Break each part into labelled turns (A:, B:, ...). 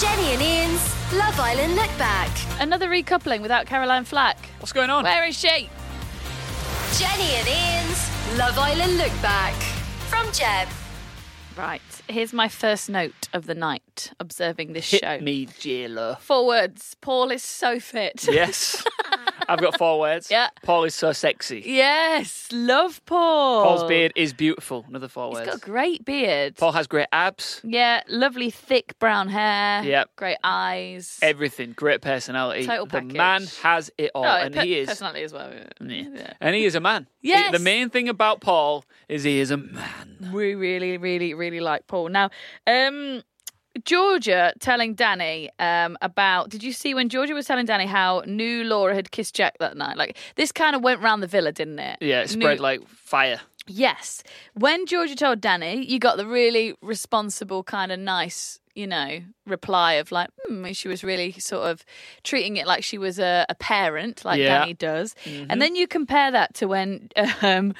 A: Jenny and Ian's Love Island Look Back.
B: Another recoupling without Caroline Flack.
C: What's going on?
B: Where is she?
A: Jenny and Ian's Love Island Look Back. From Jeb.
B: Right. Here's my first note of the night observing this show.
C: Hit me, jailer.
B: Four words. Paul is so fit.
C: Yes. I've got four words.
B: Yeah.
C: Paul is so sexy.
B: Yes. Love Paul.
C: Paul's beard is beautiful. Another four
B: He's
C: words.
B: got a great beard.
C: Paul has great abs.
B: Yeah. Lovely thick brown hair.
C: Yep.
B: Great eyes.
C: Everything. Great personality.
B: Total
C: the
B: package.
C: man has it all,
B: Oh,
C: and
B: per-
C: he is.
B: personality as well.
C: Yeah.
B: Yeah.
C: And he is a man. He-
B: Yes.
C: the main thing about Paul is he is a man.
B: We really, really, really like Paul. Now, um, Georgia telling Danny um, about. Did you see when Georgia was telling Danny how new Laura had kissed Jack that night? Like this kind of went round the villa, didn't it?
C: Yeah, it spread
B: New-
C: like fire.
B: yes. When Georgia told Danny, you got the really responsible kind of nice. You know, reply of like, hmm, she was really sort of treating it like she was a, a parent, like
C: Yeah.
B: Danny does. And then you compare that to when um,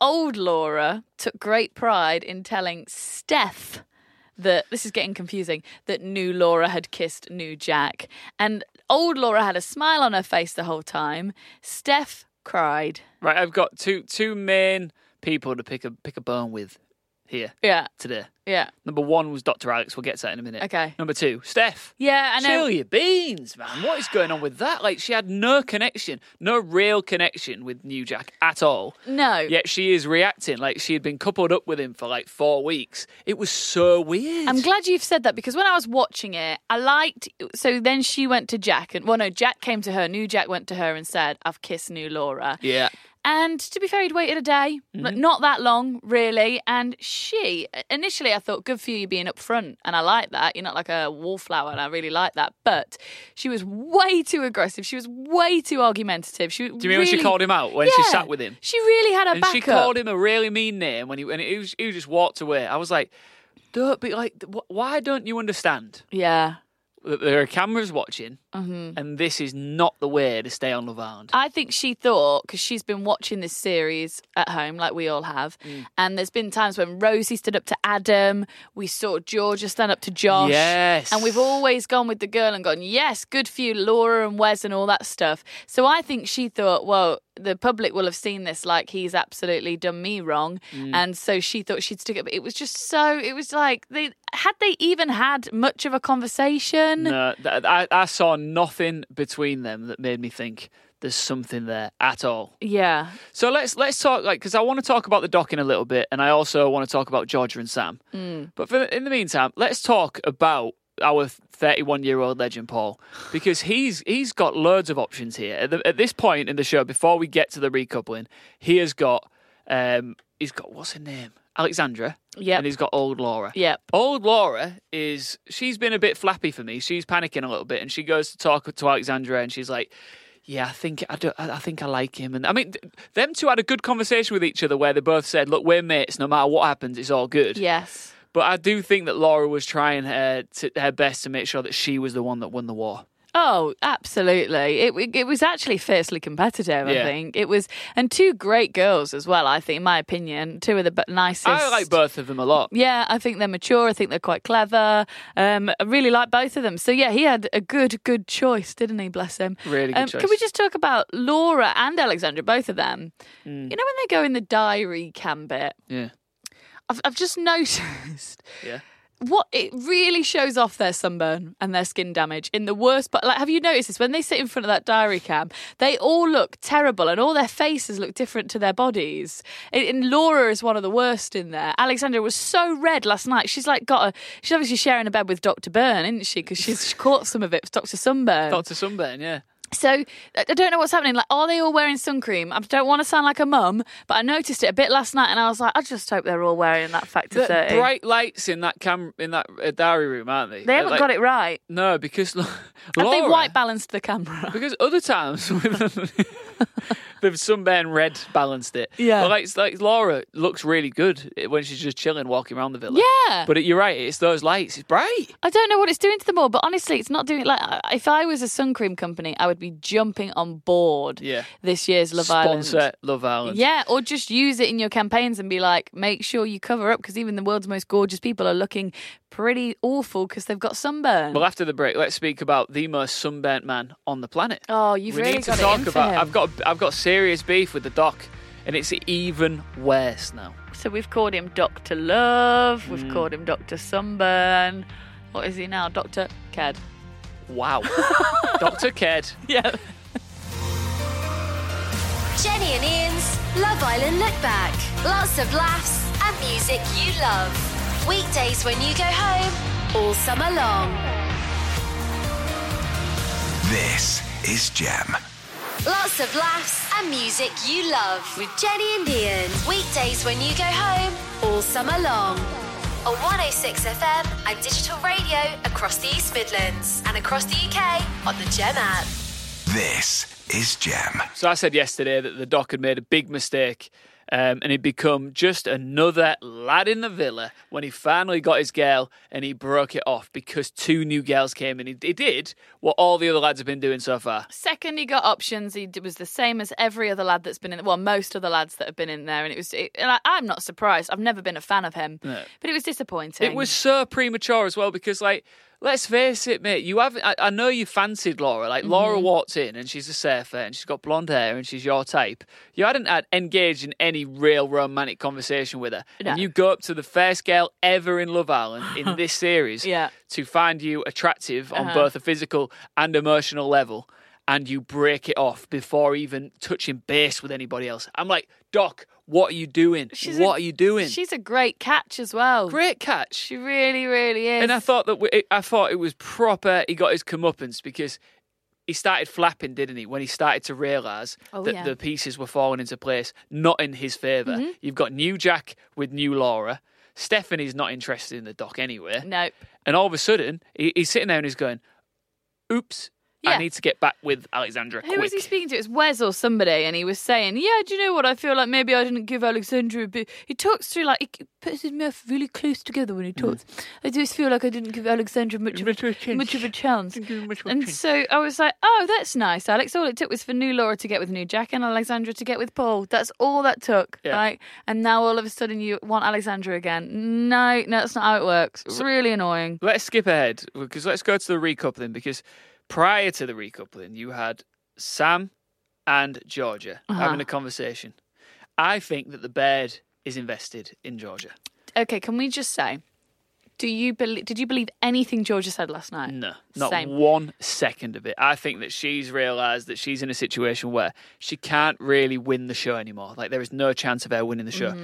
B: old Laura took great pride in telling Steph that this is getting confusing that new Laura had kissed new Jack. And old Laura had a smile on her face the whole time. Steph cried.
C: Right, I've got two two main people to pick a pick a bone with here
B: Yeah,
C: today.
B: yeah.
C: Number one was Dr. Alex. We'll get to that in a minute.
B: Okay.
C: Number two, Steph.
B: Yeah, I know.
C: Chill your beans, man. What is going on with that? Like, she had no connection, no real connection with New Jack at all.
B: No.
C: Yet she is reacting like she had been coupled up with him for like four weeks. It was so weird.
B: I'm glad you've said that because when I was watching it, I liked. So then she went to Jack, and well, no, Jack came to her. New Jack went to her and said, "I've kissed new Laura."
C: Yeah. Mm-hmm.
B: And to be fair, he'd waited a day, like, not that long, really. And she, initially, I thought, good for you, you're being upfront. And I like that. You're not like a wallflower, and I really like that. But she was way too aggressive. She was way too argumentative. She
C: Do you mean when she called him out when she sat with him?
B: She really had her
C: And
B: back
C: she
B: up.
C: called him a really mean name when he and he, was, he just walked away. I was like, don't be like, wh- why don't you understand
B: Yeah.
C: that there are cameras watching,
B: Mm-hmm.
C: and this is not the way to stay on Love Island?
B: I think she thought because she's been watching this series at home, like we all have,
C: Mm.
B: and there's been times when Rosie stood up to Adam, we saw Georgia stand up to Josh,
C: Yes.
B: and we've always gone with the girl and gone, yes, good for you, Laura and Wes and all that stuff. So I think she thought, well, the public will have seen this, like he's absolutely done me wrong,
C: Mm.
B: and so she thought she'd stick up. It was just so, it was like they had they even had much of a conversation.
C: No, th- I, I saw nothing between them that made me think there's something there at all.
B: Yeah,
C: So let's let's talk like because I want to talk about the docking a little bit, and I also want to talk about Georgia and Sam. But for, in the meantime, let's talk about our 31 year old legend Paul because he's he's got loads of options here at, the, at this point in the show. Before we get to the recoupling, he has got um he's got what's her name Alexandra.
B: Yep.
C: and he's got old Laura.
B: Yep.
C: Old Laura is she's been a bit flappy for me. She's panicking a little bit, and she goes to talk to Alexandra, and she's like, "Yeah, I think I, do, I I think I like him." And I mean, th- them two had a good conversation with each other where they both said, "Look, we're mates. No matter what happens, it's all good."
B: yes.
C: But I do think that Laura was trying her to, her best to make sure that she was the one that won the war.
B: Oh, absolutely. It it- it was actually fiercely competitive, I
C: Yeah.
B: think. It was and two great girls as well, I think in my opinion, two of the b- nicest.
C: I like both of them a lot.
B: Yeah, I think they're mature, I think they're quite clever. Um I really like both of them. So yeah, he had a good good choice, didn't he? Bless him.
C: Really good
B: um, Can
C: choice.
B: we just talk about Laura and Alexandra, both of them?
C: Mm.
B: You know when they go in the diary cam bit?
C: Yeah,
B: I've I've just noticed
C: yeah.
B: what it really shows off their sunburn and their skin damage in the worst but like have you noticed this when they sit in front of that diary cam they all look terrible and all their faces look different to their bodies and, and laura is one of the worst in there alexandra was so red last night she's like got a she's obviously sharing a bed with dr byrne isn't she because she's caught some of it dr sunburn
C: Doctor Sunburn. Yeah.
B: so I I don't know what's happening. Like, are they all wearing sun cream? I don't want to sound like a mum, but I noticed it a bit last night, and I was like, I just hope they're all wearing that factor
C: The
B: thirty.
C: bright lights in that cam in that uh, diary room, aren't they?
B: they haven't got it right.
C: No, because Lo-
B: Have
C: Laura.
B: they white balanced the camera?
C: Because other times, with- the sunburn red balanced it.
B: Yeah.
C: But like, it's like Laura looks really good when she's just chilling, walking around the villa.
B: Yeah.
C: But it, you're right. It's those lights. It's bright.
B: I don't know what it's doing to them all, but honestly, it's not doing like I- if I was a sun cream company, I would be jumping on board.
C: Yeah.
B: This year's Love
C: Sponsor
B: Island.
C: Love Island.
B: Yeah, or just use it in your campaigns and be like, make sure you cover up because even the world's most gorgeous people are looking pretty awful because they've got sunburn.
C: Well, after the break, let's speak about the most sunburnt man on the planet.
B: oh, you've
C: we
B: really
C: need to
B: got
C: talk
B: it in
C: about.
B: for him.
C: I've got I've got serious beef with the doc, and it's even worse now.
B: So we've called him Doctor Love. We've
C: Mm.
B: called him Doctor Sunburn. What is he now, Doctor Cad?
C: Wow. Doctor Ked.
B: Yeah.
A: Jenny and Ian's Love Island Look Back. Lots of laughs and music you love. Weekdays when you go home, all summer long.
D: This is Jam.
A: Lots of laughs and music you love with Jenny and Ian. Weekdays when you go home, all summer long. On 106 FM and digital radio across the East Midlands and across the UK on the Gem app.
D: This is Jam.
C: So I said yesterday that the doc had made a big mistake. Um, and he'd become just another lad in the villa when he finally got his girl and he broke it off because two new girls came and he, he did what all the other lads have been doing so far.
B: Second, he got options. He d- was the same as every other lad that's been in. Well, most of the lads that have been in there, and it was. It, and I, I'm not surprised. I've never been a fan of him, but it was disappointing.
C: It was so premature as well because, like, let's face it, mate. You have I, I know you fancied Laura. Like,
B: Mm-hmm.
C: Laura walked in and she's a surfer and she's got blonde hair and she's your type. You hadn't had, engaged in any real romantic conversation with her, and
B: No.
C: you go up to the first girl ever in Love Island in this series,
B: Yeah. Uh-huh.
C: to find you attractive on both a physical and emotional level. And you break it off before even touching base with anybody else. I'm like, Doc, what are you doing?
B: She's a-
C: what are you doing?
B: She's a great catch as well.
C: Great catch.
B: She really, really is.
C: And I thought that w- I thought it was proper. He got his comeuppance because he started flapping, didn't he? When he started to realise
B: Oh,
C: that
B: yeah. Mm-hmm.
C: the pieces were falling into place, not in his favor You've got new Jack with new Laura. Stephanie's not interested in the doc anyway.
B: nope.
C: And all of a sudden, he, he's sitting there and he's going, "Oops,
B: Yeah.
C: I need to get back with Alexandra
B: Who
C: quick."
B: was he speaking to? It was Wes or somebody, and he was saying, "Yeah, do you know what? I feel like maybe I didn't give Alexandra a bit." He talks through like he puts his mouth really close together when he talks. I just feel like I didn't give Alexandra much of
C: Mm. Much of a chance.
B: much of a chance.
C: Didn't give her much of a
B: And
C: chance.
B: so I was like, "Oh, that's nice, Alex. All it took was for new Laura to get with new Jack and Alexandra to get with Paul. That's all that took,
C: Yeah.
B: right? And now all of a sudden you want Alexandra again? No, no, that's not how it works. It's really annoying.
C: Let's skip ahead because let's go to the recoupling because prior to the recoupling, you had Sam and Georgia having a conversation. I think that the bird is invested in Georgia.
B: Okay, can we just say, do you believe? Did you believe anything Georgia said last night?
C: No, not
B: Same.
C: one second of it. I think that she's realised that she's in a situation where she can't really win the show anymore. Like, there is no chance of her winning the show.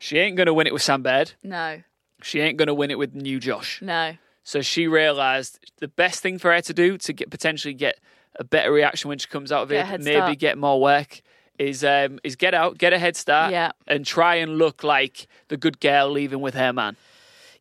C: She ain't going to win it with Sam Baird.
B: No,
C: She ain't going to win it with new Josh.
B: no.
C: So she realised the best thing for her to do to get potentially get a better reaction when she comes out of
B: Get a
C: it,
B: head
C: maybe
B: start.
C: get more work, is um, is get out, get a head start,
B: Yeah.
C: and try and look like the good girl leaving with her man.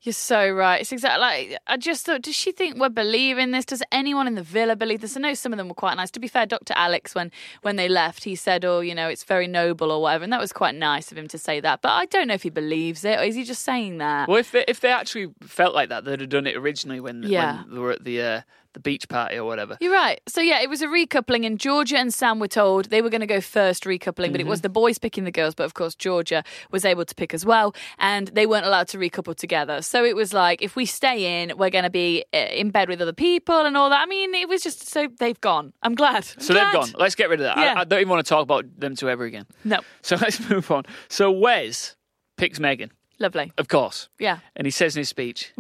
B: You're so right. It's exactly like I just thought. Does she think we're believing this? Does anyone in the villa believe this? I know some of them were quite nice. To be fair, Dr. Alex, when when they left, he said, "Oh, you know, it's very noble or whatever," and that was quite nice of him to say that. But I don't know if he believes it or is he just saying that?
C: Well, if they, if they actually felt like that, they'd have done it originally when,
B: Yeah.
C: when they were at the uh, the beach party or whatever.
B: You're right. So yeah, it was a recoupling, and Georgia and Sam were told they were going to go first recoupling, but it
C: Mm-hmm.
B: was the boys picking the girls. But of course, Georgia was able to pick as well, and they weren't allowed to recouple together. So it was like, if we stay in, we're going to be uh, in bed with other people and all that. I mean, it was just so they've gone. I'm glad. I'm
C: So they've
B: glad.
C: gone. Let's get rid of that.
B: Yeah.
C: I, I don't even want to talk about them two ever again.
B: No,
C: So let's move on. So Wes picks Megan,
B: lovely.
C: of course,
B: Yeah,
C: and he says in his speech,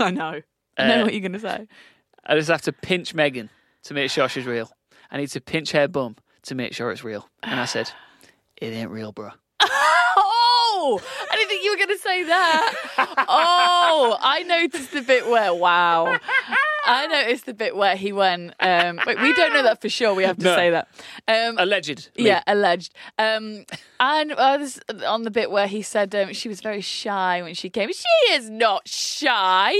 B: I know. I know
C: Uh,
B: what you're going to say.
C: I just have to pinch Megan to make sure she's real. I need to pinch her bum to make sure it's real. And I said, It ain't real, bro.
B: Oh, I didn't think you were going to say that. Oh, I noticed the bit where, wow. I noticed the bit where he went, um, wait, we don't know that for sure. We have to
C: No.
B: say that. Um,
C: Alleged.
B: yeah, alleged. Um, and I was on the bit where he said um, she was very shy when she came. She is not shy.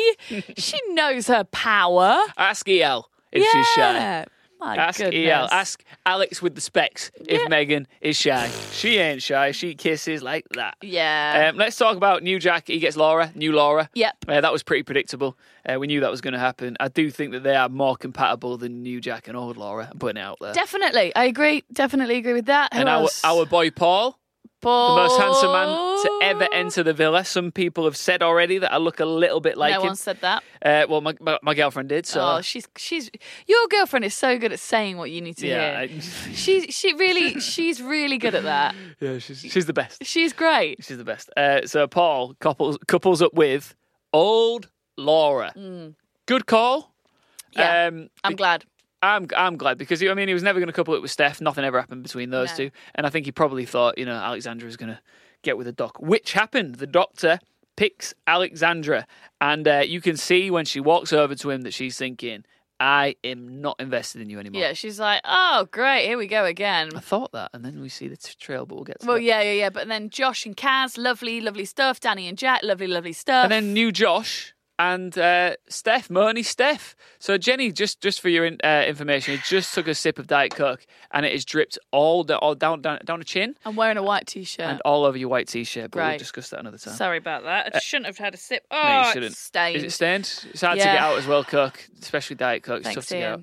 B: she knows her power.
C: Ask EL if E she's shy.
B: My
C: Ask
B: goodness.
C: EL. Ask Alex with the specs if Megan is shy. She ain't shy. She kisses like that.
B: Yeah.
C: Um, let's talk about new Jack. He gets Laura, new Laura.
B: Yep.
C: Uh, that was pretty predictable. Uh, we knew that was going to happen. I do think that they are more compatible than new Jack and old Laura. I'm putting it out there.
B: Definitely, I agree. Definitely agree with that. Who
C: and our,
B: else?
C: our boy Paul, the
B: Paul.
C: most handsome man to ever
B: Oh.
C: enter the villa. Some people have said already that I look a little bit like
B: no
C: him.
B: one said that.
C: Uh, well, my, my, my girlfriend did. So
B: Oh, she's she's your girlfriend is so good at saying what you need to
C: yeah,
B: hear. She she really she's really good at that.
C: I- yeah, she's, she's the best.
B: She's great.
C: She's the best. Uh, so Paul couples couples up with old Laura. Good call.
B: Mm. Yeah,
C: Um,
B: I'm glad.
C: I'm I'm glad because I mean he was never going to couple it with Steph. Nothing ever happened between those
B: No.
C: two, and I think he probably thought you know Alexandra was going to get with the doc, which happened. The doctor picks Alexandra, and uh, you can see when she walks over to him that she's thinking, "I am not invested in you anymore."
B: Yeah, she's like, oh great, here we go again.
C: I thought that, and then we see the t- trail, but we'll get to
B: Well,
C: that.
B: yeah, yeah, yeah. But then Josh and Kaz, lovely, lovely stuff. Danny and Jack, lovely, lovely stuff.
C: and then new Josh and uh, Steph, Moni Steph. So Jenny, just just for your in, uh, information, he just took a sip of Diet Coke and it has dripped all, the, all down down down her chin
B: I'm wearing a white t-shirt.
C: and all over your white t-shirt. But we'll
B: Great.
C: discuss that another time.
B: Sorry about that. I shouldn't have had a sip. Oh,
C: No, you
B: it's
C: shouldn't.
B: stained.
C: Is it stained? It's hard to get
B: Yeah.
C: out as well, Coke, especially Diet Coke. It's
B: Thanks,
C: tough to get out.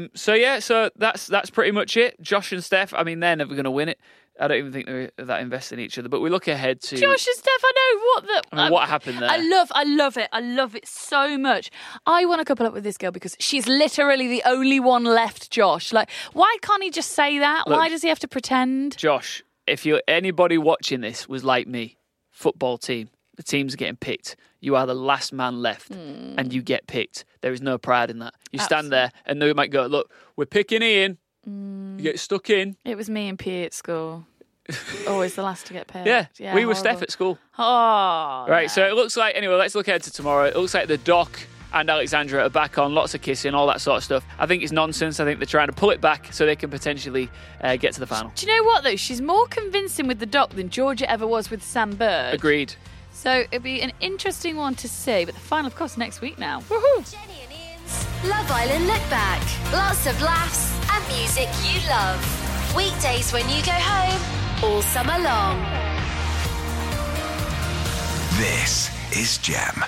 C: Um, so yeah, so that's that's pretty much it. Josh and Steph. I mean, they're never going to win it. I don't even think they're that invested in each other. But we look ahead to
B: Josh and Steph, I know what the. um,
C: I mean, what happened there?
B: I love, I love it. I love it so much. I want to couple up with this girl because she's literally the only one left. Josh, like, why can't he just say that?
C: Look-
B: why does he have to pretend?
C: Josh, if you anybody watching this was like me, football team, the team's getting picked. You are the last man left,
B: Hmm.
C: and you get picked. There is no pride in that. You stand there, and they might go, "Look, we're picking Ian."
B: Hmm.
C: You get stuck in.
B: It was me and P at school. Always the last to get picked.
C: Yeah, we
B: horrible.
C: were Steph at school.
B: Oh,
C: Right, so it looks like anyway. Let's look ahead to tomorrow. It looks like the doc and Alexandra are back on. Lots of kissing, all that sort of stuff. I think it's nonsense. I think they're trying to pull it back so they can potentially uh, get to the final.
B: Do you know what though? She's more convincing with the doc than Georgia ever was with Sam Bird.
C: Agreed.
B: So it'll be an interesting one to see. But the final, of course, next week now. Woohoo!
A: Jenny and Ian's Love Island Look Back. Lots of laughs and music you love. Weekdays when you go home, all summer long.
D: This is Jam.